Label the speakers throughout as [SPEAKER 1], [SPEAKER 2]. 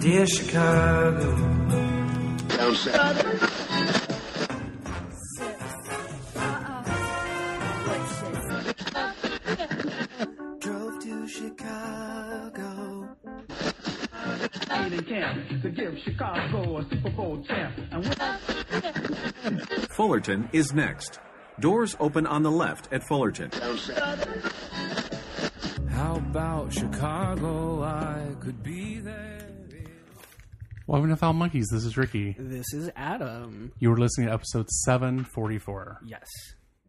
[SPEAKER 1] Dear Chicago,
[SPEAKER 2] Down south.
[SPEAKER 1] drove to Chicago.
[SPEAKER 3] ain't in camp to give Chicago a Super Bowl champ. And when
[SPEAKER 4] Fullerton is next. Doors open on the left at Fullerton.
[SPEAKER 2] Down south.
[SPEAKER 1] How about Chicago? I could be there.
[SPEAKER 5] Welcome to Foul Monkeys. This is Ricky.
[SPEAKER 6] This is Adam.
[SPEAKER 5] You were listening to episode 744,
[SPEAKER 6] Yes.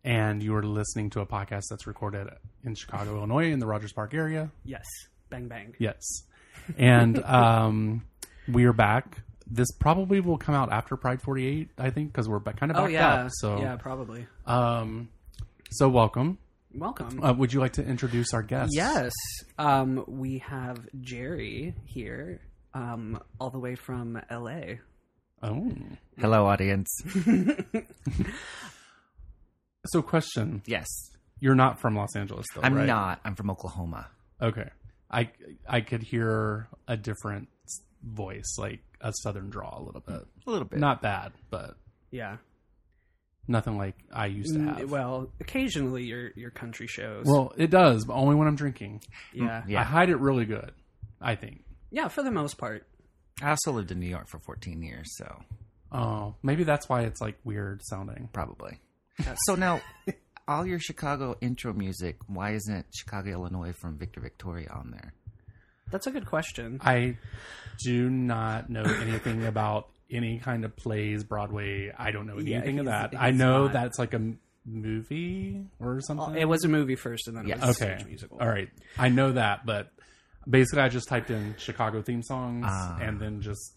[SPEAKER 5] and you were listening to a podcast that's recorded in Chicago, Illinois, in the Rogers Park area.
[SPEAKER 6] Yes. Bang bang.
[SPEAKER 5] Yes. And um, we are back. This probably will come out after Pride 48, I think, because we're ba- kind of backed
[SPEAKER 6] Oh yeah.
[SPEAKER 5] up. So,
[SPEAKER 6] yeah, probably.
[SPEAKER 5] um, so welcome.
[SPEAKER 6] Welcome.
[SPEAKER 5] Uh, would you like to introduce our guest?
[SPEAKER 6] yes. Um, we have Jerry here, um, all the way from LA.
[SPEAKER 5] Oh.
[SPEAKER 7] Hello, audience.
[SPEAKER 5] So, question:
[SPEAKER 7] Yes,
[SPEAKER 5] You're not from Los Angeles, though,
[SPEAKER 7] I'm
[SPEAKER 5] right?
[SPEAKER 7] not. I'm from Oklahoma.
[SPEAKER 5] Okay. I I could hear a different voice, like a southern drawl, a little bit.
[SPEAKER 7] A little bit.
[SPEAKER 5] Not bad, but
[SPEAKER 6] Yeah.
[SPEAKER 5] nothing like I used to have.
[SPEAKER 6] Mm, Well, occasionally your your country shows.
[SPEAKER 5] Well, it does, but only when I'm drinking.
[SPEAKER 6] yeah. yeah.
[SPEAKER 7] Yeah.
[SPEAKER 5] I hide it really good. I think.
[SPEAKER 6] for the most part.
[SPEAKER 7] I also lived in New York for 14 years, so
[SPEAKER 5] Oh, maybe that's why it's like weird sounding.
[SPEAKER 7] probably. so now, all your Chicago intro music, why isn't Chicago, Illinois from Victor Victoria on there?
[SPEAKER 6] That's a good question.
[SPEAKER 5] I do not know anything about any kind of plays, Broadway. I don't know
[SPEAKER 6] Yeah,
[SPEAKER 5] anything of
[SPEAKER 6] he's-
[SPEAKER 5] that. I
[SPEAKER 6] he's
[SPEAKER 5] know
[SPEAKER 6] not. Oh,
[SPEAKER 5] that's like a m- movie or something.
[SPEAKER 6] It was a movie first and then it
[SPEAKER 7] Yes.
[SPEAKER 6] was a
[SPEAKER 5] Uh, okay.
[SPEAKER 6] stage musical.
[SPEAKER 5] All right. I know that, but basically I just typed in Chicago theme songs
[SPEAKER 7] Ah.
[SPEAKER 5] and then just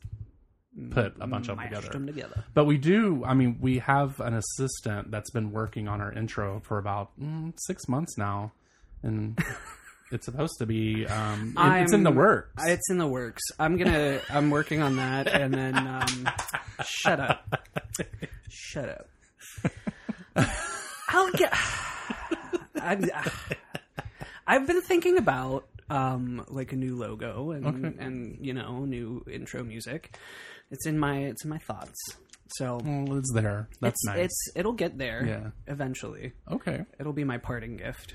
[SPEAKER 5] put a bunch of them
[SPEAKER 6] Mashed
[SPEAKER 5] together.
[SPEAKER 6] them together.
[SPEAKER 5] But we do, I mean, we have an assistant that's been working on our intro for about mm, six months now. And it's supposed to be, um, it- it's in the
[SPEAKER 6] I'm-
[SPEAKER 5] works.
[SPEAKER 6] It's in the works. I'm gonna. I'm working on that, and then um, shut up. Shut up. I'll get. I'm, I've been thinking about um, like a new logo and and you know new intro music. It's in my it's in my thoughts. So
[SPEAKER 5] Well, it's there. That's
[SPEAKER 6] it's,
[SPEAKER 5] nice.
[SPEAKER 6] it's it'll get there
[SPEAKER 5] Yeah.
[SPEAKER 6] eventually.
[SPEAKER 5] okay.
[SPEAKER 6] It'll be my parting gift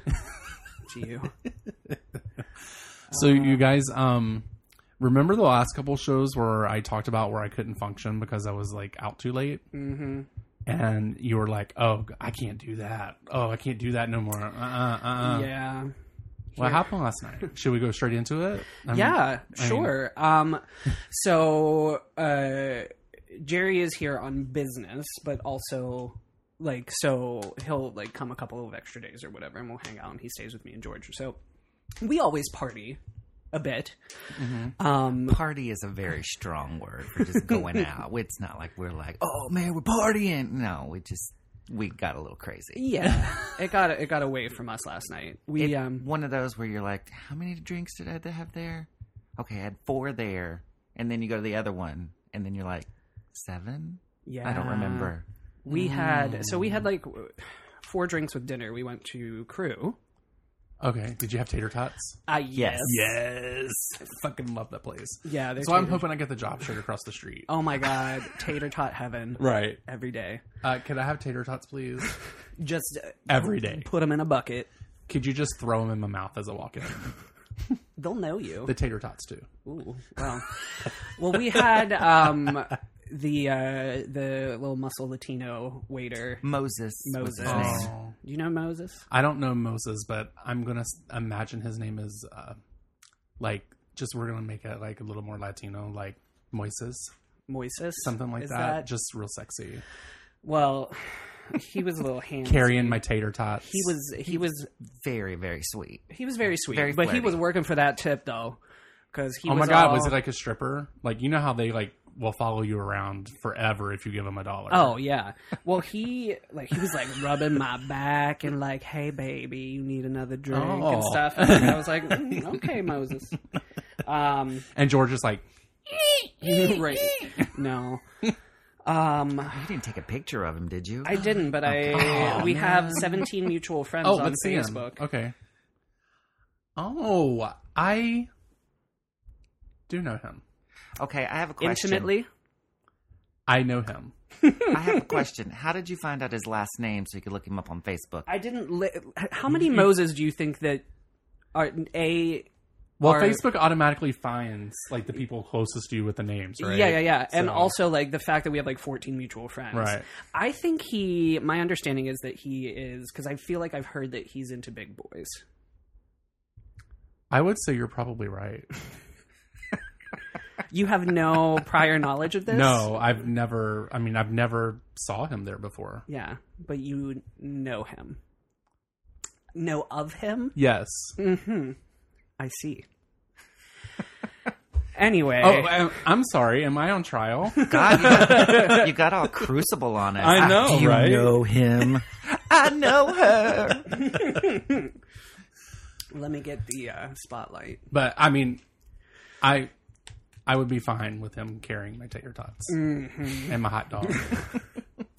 [SPEAKER 6] to you.
[SPEAKER 5] So you guys, um, remember the last couple shows where I talked about where I couldn't function because I was like out too late, mm-hmm. and you were like, "Oh, g- I can't do that. Oh, I can't do that no more." Uh, uh, uh. uh
[SPEAKER 6] yeah.
[SPEAKER 5] What happened last night? Should we go straight into it? Um, I mean,
[SPEAKER 6] Yeah,
[SPEAKER 5] mean-
[SPEAKER 6] sure. um, so uh, Jerry is here on business, but also like so he'll like come a couple of extra days or whatever, and we'll hang out, and he stays with me and George. So we always party a bit. Um,
[SPEAKER 7] Party is a very strong word for just going out. It's not like we're like, oh man, we're partying. No, we just we got a little crazy.
[SPEAKER 6] yeah, it got it got away from us last night. We
[SPEAKER 7] It-
[SPEAKER 6] um,
[SPEAKER 7] one of those where you're like, how many drinks did I have to have there? Okay, I had four there, and then you go to the other one, and then you're like, seven?
[SPEAKER 6] yeah,
[SPEAKER 7] I don't remember.
[SPEAKER 6] We had so we had like four drinks with dinner. We went to Crew.
[SPEAKER 5] Okay. Did you have tater tots?
[SPEAKER 6] Uh, yes.
[SPEAKER 5] Yes. I fucking love that place.
[SPEAKER 6] Yeah. they're
[SPEAKER 5] So I'm
[SPEAKER 6] tater-
[SPEAKER 5] hoping I get the job straight across the street.
[SPEAKER 6] Oh my god, tater tot heaven.
[SPEAKER 5] Right.
[SPEAKER 6] every day.
[SPEAKER 5] Uh, could I have tater tots, please?
[SPEAKER 6] Just uh,
[SPEAKER 5] Every day.
[SPEAKER 6] put them in a bucket.
[SPEAKER 5] Could you just throw them in my mouth as I walk in?
[SPEAKER 6] They'll know you.
[SPEAKER 5] The tater tots too.
[SPEAKER 6] Ooh, wow. well, we had um, the uh, the little muscle Latino waiter.
[SPEAKER 7] Moses. was his
[SPEAKER 6] Moses.
[SPEAKER 7] name.
[SPEAKER 5] Oh.
[SPEAKER 6] Do you know Moses?
[SPEAKER 5] I don't know Moses, but I'm gonna s- imagine his name is uh, like just we're gonna make it like a little more Latino, like Moises,
[SPEAKER 6] Moises,
[SPEAKER 5] something like
[SPEAKER 6] Is
[SPEAKER 5] that. Just real sexy,
[SPEAKER 6] well, he was a little handsy.
[SPEAKER 5] carrying my tater tots.
[SPEAKER 6] He was he was
[SPEAKER 7] Very, very sweet.
[SPEAKER 6] he was very sweet,
[SPEAKER 7] Very
[SPEAKER 6] but he
[SPEAKER 7] flirty.
[SPEAKER 6] was working for that tip though, because he.
[SPEAKER 5] Oh my
[SPEAKER 6] was
[SPEAKER 5] god,
[SPEAKER 6] all-
[SPEAKER 5] was it like a stripper? Like you know how they like will follow you around forever if you give them a dollar.
[SPEAKER 6] Oh yeah. Well, he like he was like rubbing my back and like, "Hey baby, you need another drink and
[SPEAKER 5] Oh.
[SPEAKER 6] stuff." And I was like, "Mm, "Okay, Moses." Um,
[SPEAKER 5] and George is like,
[SPEAKER 6] right? No, um,
[SPEAKER 7] Oh, You didn't take a picture of him, did you?
[SPEAKER 6] I didn't. But I we have seventeen mutual friends
[SPEAKER 5] oh,
[SPEAKER 6] on
[SPEAKER 5] let's see him.
[SPEAKER 6] Facebook.
[SPEAKER 5] Okay. Oh, I do know him.
[SPEAKER 7] Okay, I have a question.
[SPEAKER 6] Intimately,
[SPEAKER 5] I know him.
[SPEAKER 7] I have a question. How did you find out his last name so you could look him up on Facebook?
[SPEAKER 6] I didn't. Li- How many Moses do you think that are a?
[SPEAKER 5] Well,
[SPEAKER 6] are-
[SPEAKER 5] Facebook automatically finds like the people closest to you with the names, right?
[SPEAKER 6] Yeah, yeah, yeah. And
[SPEAKER 5] So-
[SPEAKER 6] also like the fact that we have like 14 mutual friends.
[SPEAKER 5] Right.
[SPEAKER 6] I think he my understanding is that he is cuz I feel like I've heard that he's into big boys.
[SPEAKER 5] I would say you're probably right.
[SPEAKER 6] You have no prior knowledge of this?
[SPEAKER 5] No, I've never. I mean, I've never saw him there before.
[SPEAKER 6] Yeah, but you know him. Know of him?
[SPEAKER 5] Yes.
[SPEAKER 6] Mm. I see. anyway,
[SPEAKER 5] Oh, I, I'm sorry. Am I on trial?
[SPEAKER 7] God, you got, you got all crucible on it.
[SPEAKER 5] I know,
[SPEAKER 7] Do you
[SPEAKER 5] right?
[SPEAKER 7] know him? I know her.
[SPEAKER 6] let me get the uh, spotlight.
[SPEAKER 5] but I mean, I I would be fine with him carrying my tater tots
[SPEAKER 6] Mm-hmm.
[SPEAKER 5] and my hot dog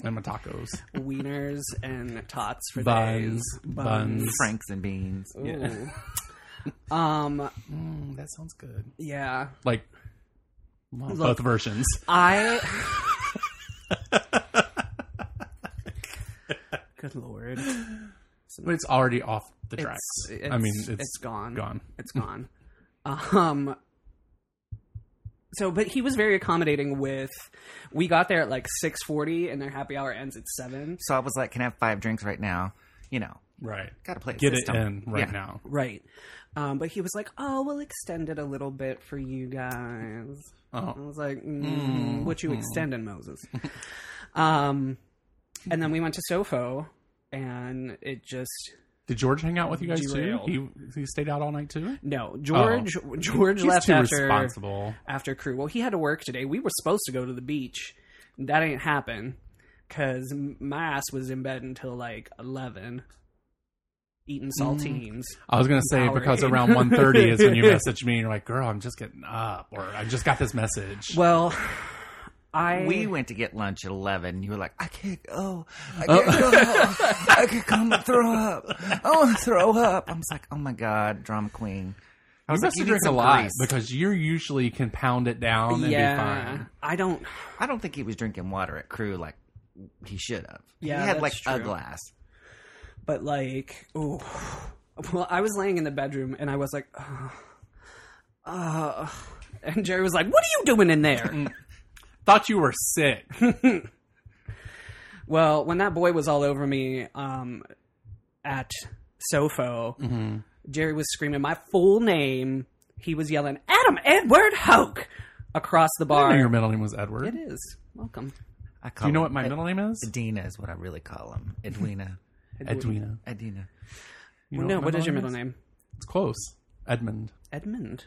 [SPEAKER 5] and my tacos,
[SPEAKER 6] Wieners and tots for days.
[SPEAKER 5] buns, buns.
[SPEAKER 7] Franks and beans.
[SPEAKER 6] Ooh. um
[SPEAKER 5] Mm, that sounds good.
[SPEAKER 6] yeah.
[SPEAKER 5] Like well,
[SPEAKER 6] Look.
[SPEAKER 5] both versions.
[SPEAKER 6] I. Good lord.
[SPEAKER 5] But it's already off the tracks.
[SPEAKER 6] It's-
[SPEAKER 5] I mean,
[SPEAKER 6] it's-
[SPEAKER 5] it's
[SPEAKER 6] it's gone.
[SPEAKER 5] Gone.
[SPEAKER 6] It's gone. um. So, but he was very accommodating. With we got there at like six forty, and their happy hour ends at seven.
[SPEAKER 7] So I was like, can I have five drinks right now? You know,
[SPEAKER 5] Right.
[SPEAKER 7] got to play it
[SPEAKER 5] Get
[SPEAKER 7] system.
[SPEAKER 5] it in right
[SPEAKER 7] Yeah.
[SPEAKER 5] now.
[SPEAKER 6] Right. Um, but he was like, "Oh, we'll extend it a little bit for you guys." I
[SPEAKER 5] Oh, Mm-hmm.
[SPEAKER 6] was like, mm, "What you extending, Moses?" um, and then we went to Sofo, and it just
[SPEAKER 5] did George hang out with you guys
[SPEAKER 6] Derailed.
[SPEAKER 5] too? He he stayed out all night too.
[SPEAKER 6] No, George. George
[SPEAKER 5] Oh. He's
[SPEAKER 6] left
[SPEAKER 5] too
[SPEAKER 6] after
[SPEAKER 5] responsible.
[SPEAKER 6] after crew. Well, he had to work today. We were supposed to go to the beach. That ain't happen because my ass was in bed until like eleven, eating
[SPEAKER 5] Mm.
[SPEAKER 6] saltines.
[SPEAKER 5] I was gonna say
[SPEAKER 6] Powerade.
[SPEAKER 5] because around 1.30 is when you message me and you're like, "Girl, I'm just getting up," or "I just got this message."
[SPEAKER 6] Well, I
[SPEAKER 7] We went to get lunch at 11. You were like, I can't go. I
[SPEAKER 6] Oh.
[SPEAKER 7] can't go. I can't come and throw up. I want to throw up. I was like, oh my God, drama queen.
[SPEAKER 5] You
[SPEAKER 7] I
[SPEAKER 5] must
[SPEAKER 7] was like,
[SPEAKER 5] have
[SPEAKER 7] need
[SPEAKER 5] drink a
[SPEAKER 7] some
[SPEAKER 5] lot
[SPEAKER 7] grease.
[SPEAKER 5] because you usually can pound it down and be
[SPEAKER 6] yeah.
[SPEAKER 5] fine.
[SPEAKER 6] I don't.
[SPEAKER 7] I don't think he was drinking water at crew like he should have.
[SPEAKER 6] Yeah,
[SPEAKER 7] he had
[SPEAKER 6] that's
[SPEAKER 7] like a
[SPEAKER 6] true.
[SPEAKER 7] glass.
[SPEAKER 6] But like, ooh. Well, I was laying in the bedroom and I was like, oh, and Jerry was like, "What are you doing in there?"
[SPEAKER 5] Thought you were sick.
[SPEAKER 6] Well, when that boy was all over me um, at Sofo, Jerry was screaming my full name. He was yelling, Adam Edward Hoke, across the
[SPEAKER 5] I
[SPEAKER 6] bar.
[SPEAKER 5] know your middle name was Edward.
[SPEAKER 6] It
[SPEAKER 5] Do
[SPEAKER 6] is. Welcome.
[SPEAKER 7] I call
[SPEAKER 5] you know
[SPEAKER 7] him
[SPEAKER 5] what my
[SPEAKER 7] Ed-
[SPEAKER 5] middle name is?
[SPEAKER 7] Edina is what I really call him. Edwina.
[SPEAKER 5] Edwina.
[SPEAKER 7] Edina.
[SPEAKER 5] You know
[SPEAKER 6] no, what
[SPEAKER 5] my
[SPEAKER 6] is your middle
[SPEAKER 5] is?
[SPEAKER 6] name?
[SPEAKER 5] It's close. Edmund.
[SPEAKER 6] Edmund.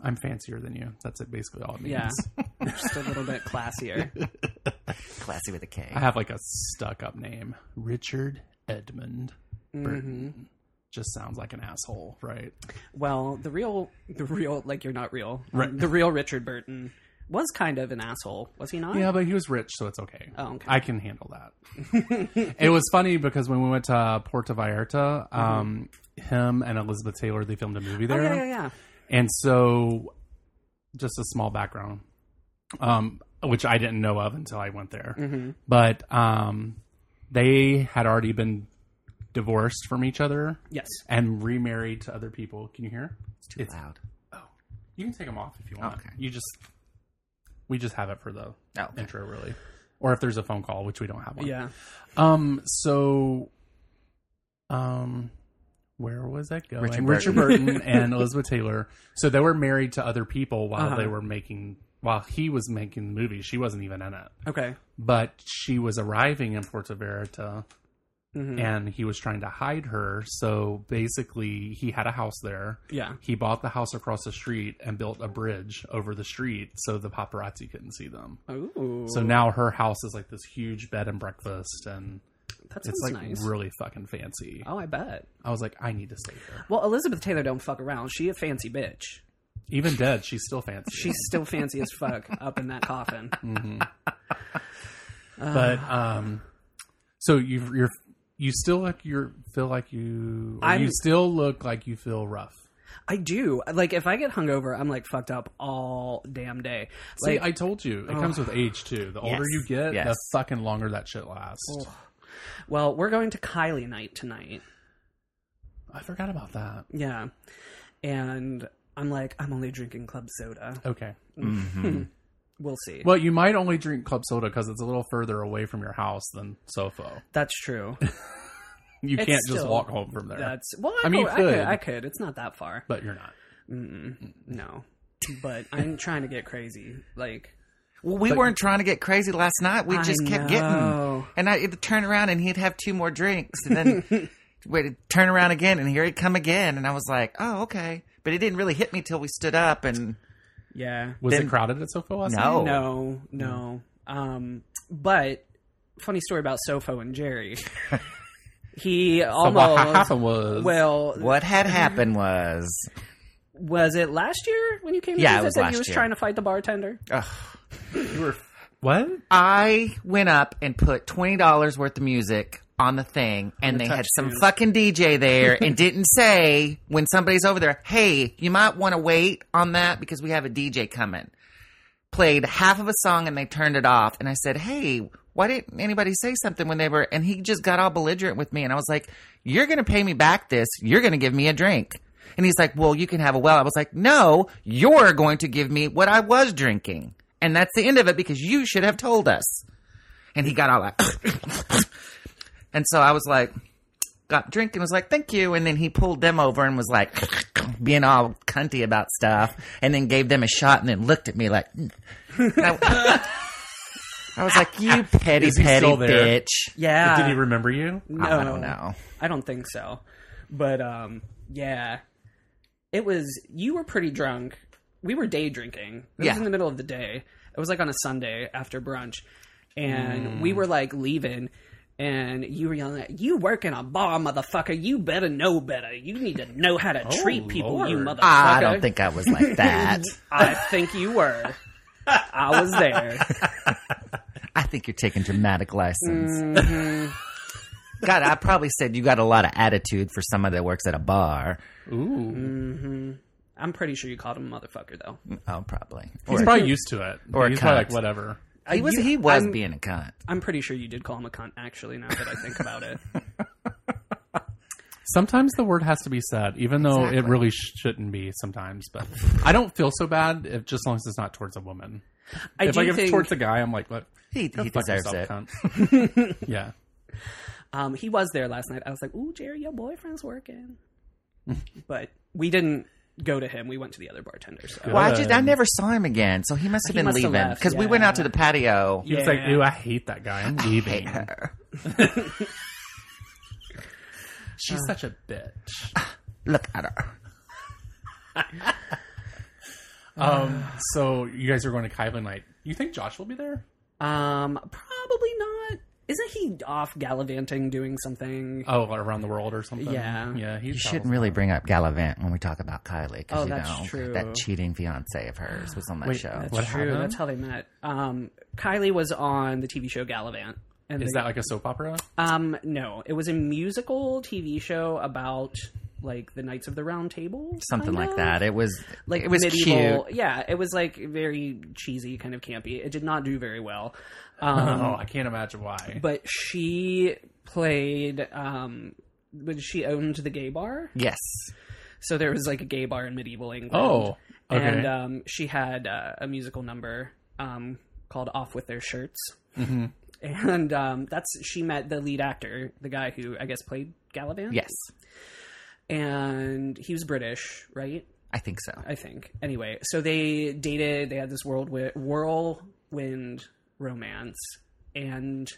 [SPEAKER 5] I'm fancier than you. That's it, basically all it means.
[SPEAKER 6] Yeah. Just a little bit classier.
[SPEAKER 7] Classy with a K.
[SPEAKER 5] I have like a stuck up name. Richard Edmund Burton. Just sounds like an asshole, right?
[SPEAKER 6] Well, the real, the real, like you're not real.
[SPEAKER 5] Right.
[SPEAKER 6] The real Richard Burton was kind of an asshole, was he not?
[SPEAKER 5] Yeah, but he was rich, so it's okay.
[SPEAKER 6] Oh, okay.
[SPEAKER 5] I can handle that. it was funny because when we went to Puerto Vallarta, um, him and Elizabeth Taylor, they filmed a movie
[SPEAKER 6] Oh,
[SPEAKER 5] there.
[SPEAKER 6] yeah, yeah, yeah.
[SPEAKER 5] And so, just a small background, um, which I didn't know of until I went there. But um, they had already been divorced from each other
[SPEAKER 6] Yes.
[SPEAKER 5] and remarried to other people. Can you hear?
[SPEAKER 7] it's too loud.
[SPEAKER 5] You can take them off if you want.
[SPEAKER 7] Okay.
[SPEAKER 5] You just we just have it for the
[SPEAKER 7] Oh, okay.
[SPEAKER 5] intro, really. Or if there's a phone call, which we don't have one.
[SPEAKER 6] Yeah.
[SPEAKER 5] Um. So, um, where was that going?
[SPEAKER 7] Richard
[SPEAKER 5] Burton, and Elizabeth Taylor. So they were married to other people while they were making while he was making the movie. She wasn't even in it,
[SPEAKER 6] Okay.
[SPEAKER 5] but she was arriving in Puerto Vallarta,
[SPEAKER 6] Mm-hmm.
[SPEAKER 5] and he was trying to hide her. So basically, he had a house there.
[SPEAKER 6] Yeah.
[SPEAKER 5] He bought the house across the street and built a bridge over the street so the paparazzi couldn't see them.
[SPEAKER 6] Ooh.
[SPEAKER 5] So now her house is like this huge bed and breakfast, and
[SPEAKER 6] that sounds
[SPEAKER 5] it's like
[SPEAKER 6] nice.
[SPEAKER 5] really fucking fancy.
[SPEAKER 6] Oh, I bet.
[SPEAKER 5] I was like, I need to stay here.
[SPEAKER 6] Well, Elizabeth Taylor don't fuck around. She a fancy bitch.
[SPEAKER 5] Even dead, she's still fancy.
[SPEAKER 6] She's still fancy as fuck up in that coffin.
[SPEAKER 5] but
[SPEAKER 6] uh,
[SPEAKER 5] um, so you you're you still like you feel like you or
[SPEAKER 6] I'm-
[SPEAKER 5] you still look like you feel rough.
[SPEAKER 6] I do. Like if I get hungover, I'm like fucked up all damn day.
[SPEAKER 5] See,
[SPEAKER 6] Like oh.
[SPEAKER 5] I told you, it comes with age too. The older
[SPEAKER 6] Yes,
[SPEAKER 5] you get, the
[SPEAKER 7] yes.
[SPEAKER 5] fucking longer that shit lasts.
[SPEAKER 6] well, we're going to Kylie night tonight.
[SPEAKER 5] I forgot about that.
[SPEAKER 6] Yeah. And I'm like, I'm only drinking club soda.
[SPEAKER 5] Okay.
[SPEAKER 6] We'll see.
[SPEAKER 5] Well, you might only drink club soda because it's a little further away from your house than Sofo.
[SPEAKER 6] That's true.
[SPEAKER 5] You
[SPEAKER 6] It's
[SPEAKER 5] can't just
[SPEAKER 6] still-
[SPEAKER 5] walk home from there.
[SPEAKER 6] That's well. I,
[SPEAKER 5] I
[SPEAKER 6] mean,
[SPEAKER 5] mean, you
[SPEAKER 6] I could.
[SPEAKER 5] could.
[SPEAKER 6] I could. It's not that far.
[SPEAKER 5] But you're not.
[SPEAKER 6] No, but I'm trying to get crazy. Like
[SPEAKER 7] Well, we weren't trying to get crazy last night. We
[SPEAKER 6] I
[SPEAKER 7] just kept
[SPEAKER 6] know.
[SPEAKER 7] getting. And I'd turn around and he'd have two more drinks. And then we'd turn around again and here he'd come again. And I was like, oh, okay. But it didn't really hit me till we stood up and
[SPEAKER 6] yeah,
[SPEAKER 5] Was
[SPEAKER 7] Then-
[SPEAKER 5] it crowded at Sofo last night?
[SPEAKER 7] no.
[SPEAKER 6] no, no. Um, but funny story about Sofo and Jerry. he
[SPEAKER 5] So what ha-
[SPEAKER 6] almost
[SPEAKER 5] happened was
[SPEAKER 6] well
[SPEAKER 7] What had happened was.
[SPEAKER 6] was it last year when you came? To
[SPEAKER 7] Yeah, it
[SPEAKER 6] visit
[SPEAKER 7] was
[SPEAKER 6] that he
[SPEAKER 7] last
[SPEAKER 6] was
[SPEAKER 7] year.
[SPEAKER 6] trying to fight the bartender.
[SPEAKER 5] what?
[SPEAKER 7] I went up and put $20 worth of music on the thing and they had some fucking DJ there and didn't say when somebody's over there, hey, you might want to wait on that because we have a DJ coming. Played half of a song and they turned it off. And I said, hey, why didn't anybody say something when they were? And he just got all belligerent with me. And I was like, you're going to pay me back this. You're going to give me a drink. And he's like, well, you can have a well. I was like, no, you're going to give me what I was drinking. And that's the end of it because you should have told us. And he got all like, and so I was like, got drink and was like, thank you. And then he pulled them over and was like, being all cunty about stuff and then gave them a shot and then looked at me like, "Mm." And I, I was like, you petty,
[SPEAKER 5] Is he
[SPEAKER 7] petty
[SPEAKER 5] still there?
[SPEAKER 7] bitch.
[SPEAKER 6] Yeah,
[SPEAKER 5] Did he remember you?
[SPEAKER 7] I don't know.
[SPEAKER 6] I don't think so. But um yeah. It was you were pretty drunk. We were day drinking. It
[SPEAKER 7] Yeah.
[SPEAKER 6] was in the middle of the day. It was like on a Sunday after brunch.
[SPEAKER 7] Mm.
[SPEAKER 6] And we were like leaving and you were yelling at you work in a bar, motherfucker. You better know better. You need to know how to treat people, you
[SPEAKER 5] Lord.
[SPEAKER 6] motherfucker.
[SPEAKER 7] Oh, I don't think I was like that.
[SPEAKER 6] I think you were. I was there.
[SPEAKER 7] I think you're taking dramatic license.
[SPEAKER 5] Mm-hmm.
[SPEAKER 7] God, I probably said you got a lot of attitude for someone that works at a bar.
[SPEAKER 5] Ooh.
[SPEAKER 6] I'm pretty sure you called him a motherfucker though.
[SPEAKER 7] Oh, probably.
[SPEAKER 5] He's uh,
[SPEAKER 7] Or-
[SPEAKER 5] probably used to it.
[SPEAKER 7] Or a
[SPEAKER 5] He's probably like,
[SPEAKER 7] cunt.
[SPEAKER 5] whatever.
[SPEAKER 7] he was,
[SPEAKER 6] you-
[SPEAKER 7] he was
[SPEAKER 6] I'm-
[SPEAKER 7] being a cunt.
[SPEAKER 6] I'm pretty sure you did call him a cunt actually now that I think about it.
[SPEAKER 5] Sometimes the word has to be said, even though it really sh- shouldn't be sometimes. But I don't feel so bad if just as long as it's not towards a woman.
[SPEAKER 6] I
[SPEAKER 5] if
[SPEAKER 6] do
[SPEAKER 5] like if it's
[SPEAKER 6] think-
[SPEAKER 5] towards a guy, I'm like, what?
[SPEAKER 7] He,
[SPEAKER 5] Go
[SPEAKER 7] he
[SPEAKER 5] fuck
[SPEAKER 7] deserves it.
[SPEAKER 5] yourself, cunt. yeah.
[SPEAKER 6] Um, he was there last night. I was like, "Ooh, Jerry, your boyfriend's working," but we didn't go to him. We went to the other bartender. So.
[SPEAKER 7] Well, I just I never saw him again, so he must have
[SPEAKER 6] He
[SPEAKER 7] been
[SPEAKER 6] must have
[SPEAKER 7] leaving
[SPEAKER 6] left,
[SPEAKER 7] because we went out to the patio.
[SPEAKER 5] He was like, ew, I hate that guy. I'm leaving. She's such a bitch.
[SPEAKER 7] Look at her.
[SPEAKER 5] Um, so you guys are going to Kylan night. You think Josh will be there?
[SPEAKER 6] Um, probably not. Isn't he off gallivanting doing something?
[SPEAKER 5] Oh, around the world or something?
[SPEAKER 6] Yeah.
[SPEAKER 5] yeah. He
[SPEAKER 7] You
[SPEAKER 5] travels.
[SPEAKER 7] shouldn't really bring up Gallivant when we talk about Kylie. 'cause
[SPEAKER 6] Oh,
[SPEAKER 7] you
[SPEAKER 6] that's
[SPEAKER 7] know,
[SPEAKER 6] true.
[SPEAKER 7] That cheating fiance of hers was on that
[SPEAKER 5] Wait,
[SPEAKER 7] show.
[SPEAKER 5] what
[SPEAKER 6] True,
[SPEAKER 5] happened?
[SPEAKER 6] that's how they met. Um, Kylie was on the TV show Gallivant. And
[SPEAKER 5] Is
[SPEAKER 6] they-
[SPEAKER 5] that like a soap opera?
[SPEAKER 6] um no? It was a musical TV show about like the Knights of the Round Table,
[SPEAKER 7] Something
[SPEAKER 6] kind
[SPEAKER 7] like
[SPEAKER 6] of?
[SPEAKER 7] that. It was
[SPEAKER 6] like
[SPEAKER 7] it was
[SPEAKER 6] medieval.
[SPEAKER 7] cute.
[SPEAKER 6] Yeah, it was like very cheesy, kind of campy. It did not do very well. Um,
[SPEAKER 5] oh, I can't imagine why.
[SPEAKER 6] but she played um when she owned the gay bar.
[SPEAKER 7] Yes,
[SPEAKER 6] So there was like a gay bar in medieval England.
[SPEAKER 5] Oh, okay.
[SPEAKER 6] and um she had uh, a musical number um called Off with Their Shirts.
[SPEAKER 5] Mm-hmm.
[SPEAKER 6] And um, that's she met the lead actor, the guy who I guess played Galavant.
[SPEAKER 7] yes,
[SPEAKER 6] and he was British, right?
[SPEAKER 7] I think so.
[SPEAKER 6] I think. Anyway, so they dated. They had this world wi- whirlwind romance, and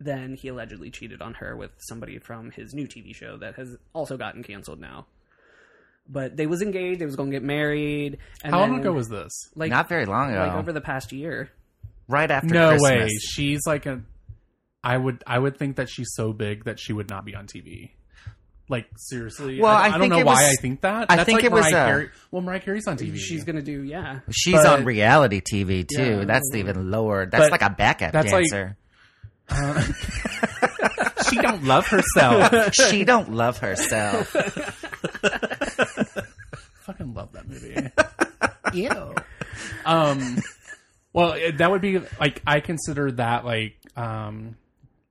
[SPEAKER 6] then he allegedly cheated on her with somebody from his new TV show that has also gotten canceled now. But they was engaged. They was going to get married. And
[SPEAKER 5] how long
[SPEAKER 6] then,
[SPEAKER 5] ago was this?
[SPEAKER 6] like
[SPEAKER 7] Not very long ago.
[SPEAKER 6] like over the past year?
[SPEAKER 7] right after
[SPEAKER 5] no
[SPEAKER 7] Christmas.
[SPEAKER 5] way she's like a i would i would think that she's so big that she would not be on tv like seriously
[SPEAKER 7] Well,
[SPEAKER 5] i,
[SPEAKER 7] I
[SPEAKER 5] I
[SPEAKER 7] think
[SPEAKER 5] don't know
[SPEAKER 7] it
[SPEAKER 5] why
[SPEAKER 7] was-
[SPEAKER 5] i think that
[SPEAKER 7] I think
[SPEAKER 5] like
[SPEAKER 7] it was,
[SPEAKER 5] mariah
[SPEAKER 7] uh,
[SPEAKER 5] carey well mariah carey's on tv
[SPEAKER 6] She's gonna do yeah.
[SPEAKER 7] She's
[SPEAKER 5] But-
[SPEAKER 7] on reality TV too.
[SPEAKER 6] Yeah.
[SPEAKER 7] that's even lower. That's
[SPEAKER 5] But
[SPEAKER 7] like a backup
[SPEAKER 5] that's like-
[SPEAKER 7] dancer.
[SPEAKER 5] she don't love herself
[SPEAKER 7] she don't love herself.
[SPEAKER 5] Um, well, it- that would be like I consider that like um,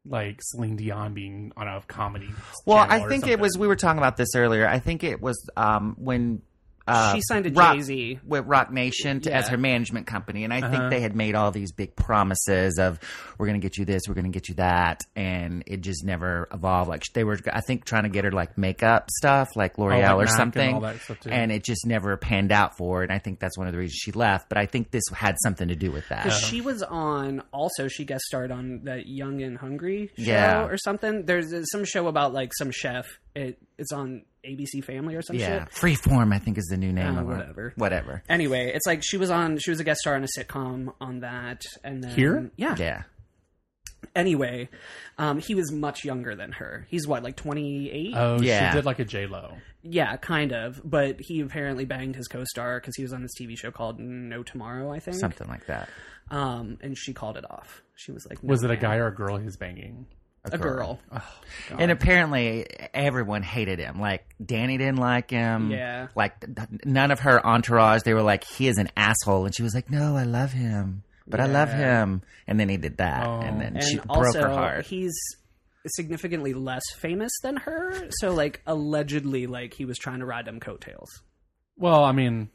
[SPEAKER 5] like Celine Dion being on a comedy.
[SPEAKER 7] Well,
[SPEAKER 5] channel
[SPEAKER 7] I
[SPEAKER 5] or
[SPEAKER 7] think it
[SPEAKER 5] something.
[SPEAKER 7] was. We were talking about this earlier. I think it was um, when uh,
[SPEAKER 6] She signed to
[SPEAKER 7] Rock-
[SPEAKER 6] Jay-Z.
[SPEAKER 7] with Rock Nation to, as
[SPEAKER 6] Yeah.
[SPEAKER 7] her management company, and I think they had made all these big promises of we're going to get you this, we're going to get you that, and it just never evolved. Like they were, I think, trying to get her like makeup stuff, like L'Oreal
[SPEAKER 5] like
[SPEAKER 7] or
[SPEAKER 5] MAC and
[SPEAKER 7] something,
[SPEAKER 5] all that stuff, too.
[SPEAKER 7] and it just never panned out for her. And I think that's one of the reasons she left. But I think this had something to do with
[SPEAKER 5] Uh-huh.
[SPEAKER 7] that.
[SPEAKER 6] 'Cause she was on also she guest starred on that Young and Hungry show
[SPEAKER 7] Yeah.
[SPEAKER 6] or something. There's uh, some show about like some chef. It it's on ABC Family or some
[SPEAKER 7] yeah,
[SPEAKER 6] shit.
[SPEAKER 7] Freeform, I think, is the new name
[SPEAKER 6] Uh,
[SPEAKER 7] of it.
[SPEAKER 6] whatever.
[SPEAKER 7] Whatever.
[SPEAKER 6] Anyway, it's like she was on she was a guest star on a sitcom on that and then
[SPEAKER 5] Here?
[SPEAKER 6] Yeah.
[SPEAKER 7] Yeah.
[SPEAKER 6] Anyway, um he was much younger than her. He's what, like twenty eight?
[SPEAKER 5] Oh,
[SPEAKER 7] Yeah.
[SPEAKER 5] she did like a J Lo.
[SPEAKER 6] yeah, kind of. But he apparently banged his co star because he was on this TV show called No Tomorrow, I think.
[SPEAKER 7] Something like that.
[SPEAKER 6] Um and she called it off. She was like, no,
[SPEAKER 5] Was it a
[SPEAKER 6] man.
[SPEAKER 5] guy or a girl he was banging?
[SPEAKER 6] A girl.
[SPEAKER 7] And apparently, everyone hated him. Like Danny didn't like him.
[SPEAKER 6] Yeah.
[SPEAKER 7] Like th- none of her entourage. They were like, he is an asshole, and she was like, no, I love him, but I love him. And then he did that, and then she
[SPEAKER 6] Oh. and
[SPEAKER 7] broke
[SPEAKER 6] also
[SPEAKER 7] her heart.
[SPEAKER 6] he's significantly less famous than her so like allegedly like he was trying to ride them coattails
[SPEAKER 5] Well, I mean,